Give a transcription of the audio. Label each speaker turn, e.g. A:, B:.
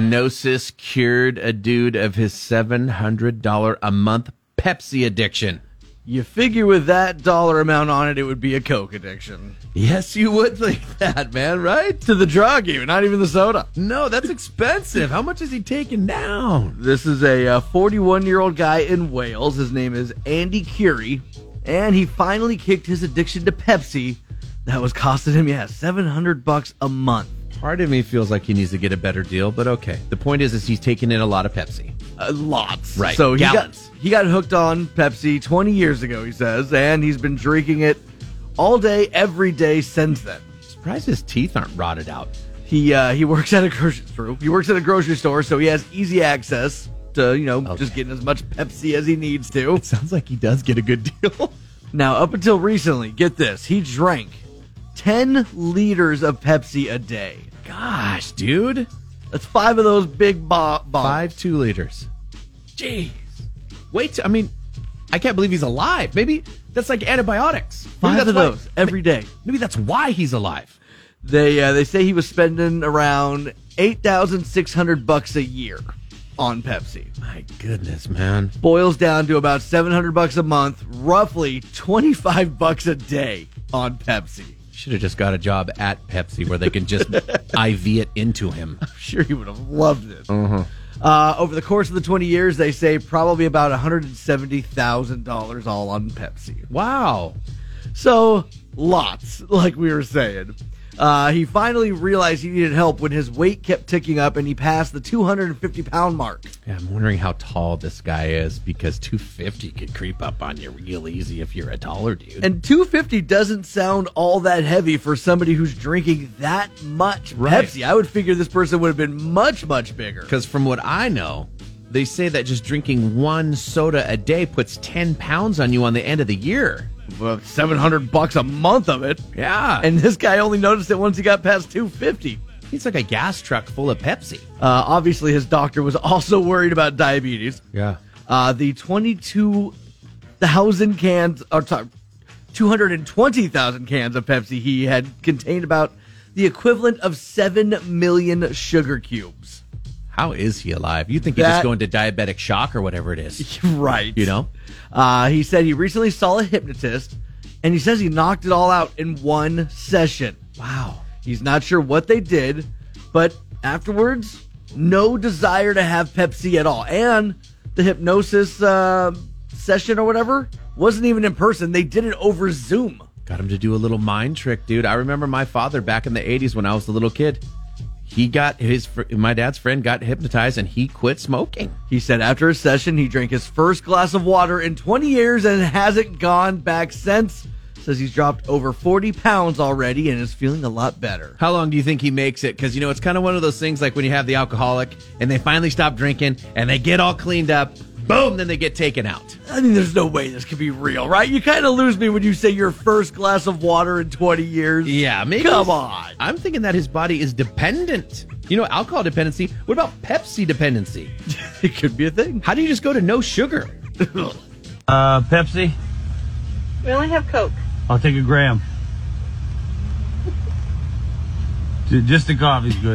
A: Hypnosis cured a dude of his $700 a month Pepsi addiction.
B: You figure with that dollar amount on it, it would be a Coke addiction.
A: Yes, you would think that, man, right?
B: To the drug, even, not even the soda.
A: No, that's expensive. How much is he taking down?
B: This is a 41 year old guy in Wales. His name is Andy Curie, and he finally kicked his addiction to Pepsi that was costing him, yeah, 700 bucks a month.
A: Part of me feels like he needs to get a better deal, but okay. The point is, is he's taking in a lot of Pepsi.
B: Uh, lots.
A: Right.
B: So he
A: Gallons.
B: got he got hooked on Pepsi 20 years ago, he says, and he's been drinking it all day, every day since then.
A: Surprised his teeth aren't rotted out.
B: He uh, he works at a grocery store. He works at a grocery store, so he has easy access to you know just getting as much Pepsi as he needs to.
A: Sounds like he does get a good deal.
B: Now, up until recently, get this, he drank 10 liters of Pepsi a day.
A: Gosh, dude.
B: That's five of those big bo- bottles.
A: Five two liters. Jeez. Wait, t- I mean, I can't believe he's alive. Maybe that's like antibiotics. Maybe
B: Five
A: that's
B: of
A: why-
B: those every day.
A: Maybe that's why he's alive.
B: They uh, they say he was spending around eight thousand six hundred bucks a year on Pepsi.
A: My goodness, man.
B: Boils down to about seven hundred bucks a month, roughly twenty five bucks a day on Pepsi.
A: Should have just got a job at Pepsi where they can just IV it into him.
B: I'm sure he would have loved it. Uh, over the course of the twenty years, they say probably about one hundred and seventy thousand dollars all on Pepsi.
A: Wow.
B: So, lots, like we were saying. Uh, he finally realized he needed help when his weight kept ticking up and he passed the 250 pound mark.
A: Yeah, I'm wondering how tall this guy is because 250 could creep up on you real easy if you're a taller dude.
B: And 250 doesn't sound all that heavy for somebody who's drinking that much
A: Right.
B: Pepsi. I would figure this person would have been much, much bigger.
A: Because from what I know, they say that just drinking one soda a day puts 10 pounds on you on the end of the year.
B: Well, 700 bucks a month of it.
A: Yeah. And
B: And this guy only noticed it once he got past 250.
A: he's like a gas truck full of Pepsi.
B: Uh, obviously, his doctor was also worried about diabetes.
A: Yeah.
B: Uh, the 22,000 cans, or sorry, 220,000 cans of Pepsi he had contained about the equivalent of 7 million sugar cubes.
A: How is he alive? You think he's
B: That-
A: just going to diabetic shock or whatever it is.
B: right.
A: You know?
B: Uh, he said he recently saw a hypnotist and he says he knocked it all out in one session.
A: Wow.
B: He's not sure what they did, but afterwards, no desire to have Pepsi at all. And the hypnosis uh, session or whatever wasn't even in person, they did it over Zoom.
A: Got him to do a little mind trick, dude. I remember my father back in the 80s when I was a little kid. He got his, fr- my dad's friend got hypnotized and he quit smoking.
B: He said after his session, he drank his first glass of water in 20 years and hasn't gone back since. Says he's dropped over 40 pounds already and is feeling a lot better.
A: How long do you think he makes it? Because, you know, it's kind of one of those things like when you have the alcoholic and they finally stop drinking and they get all cleaned up, boom, then they get taken out.
B: I mean, there's no way this could be real, right? You kind of lose me when you say your first glass of water in 20 years.
A: Yeah, maybe.
B: Come on.
A: I'm thinking that his body is dependent. You know, alcohol dependency. What about Pepsi dependency?
B: It could be a thing.
A: How do you just go to no sugar?
C: Uh, Pepsi.
D: We only have Coke.
C: I'll take a gram. Ju- Just the coffee's good.